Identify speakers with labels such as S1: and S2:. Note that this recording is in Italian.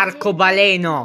S1: Arcobaleno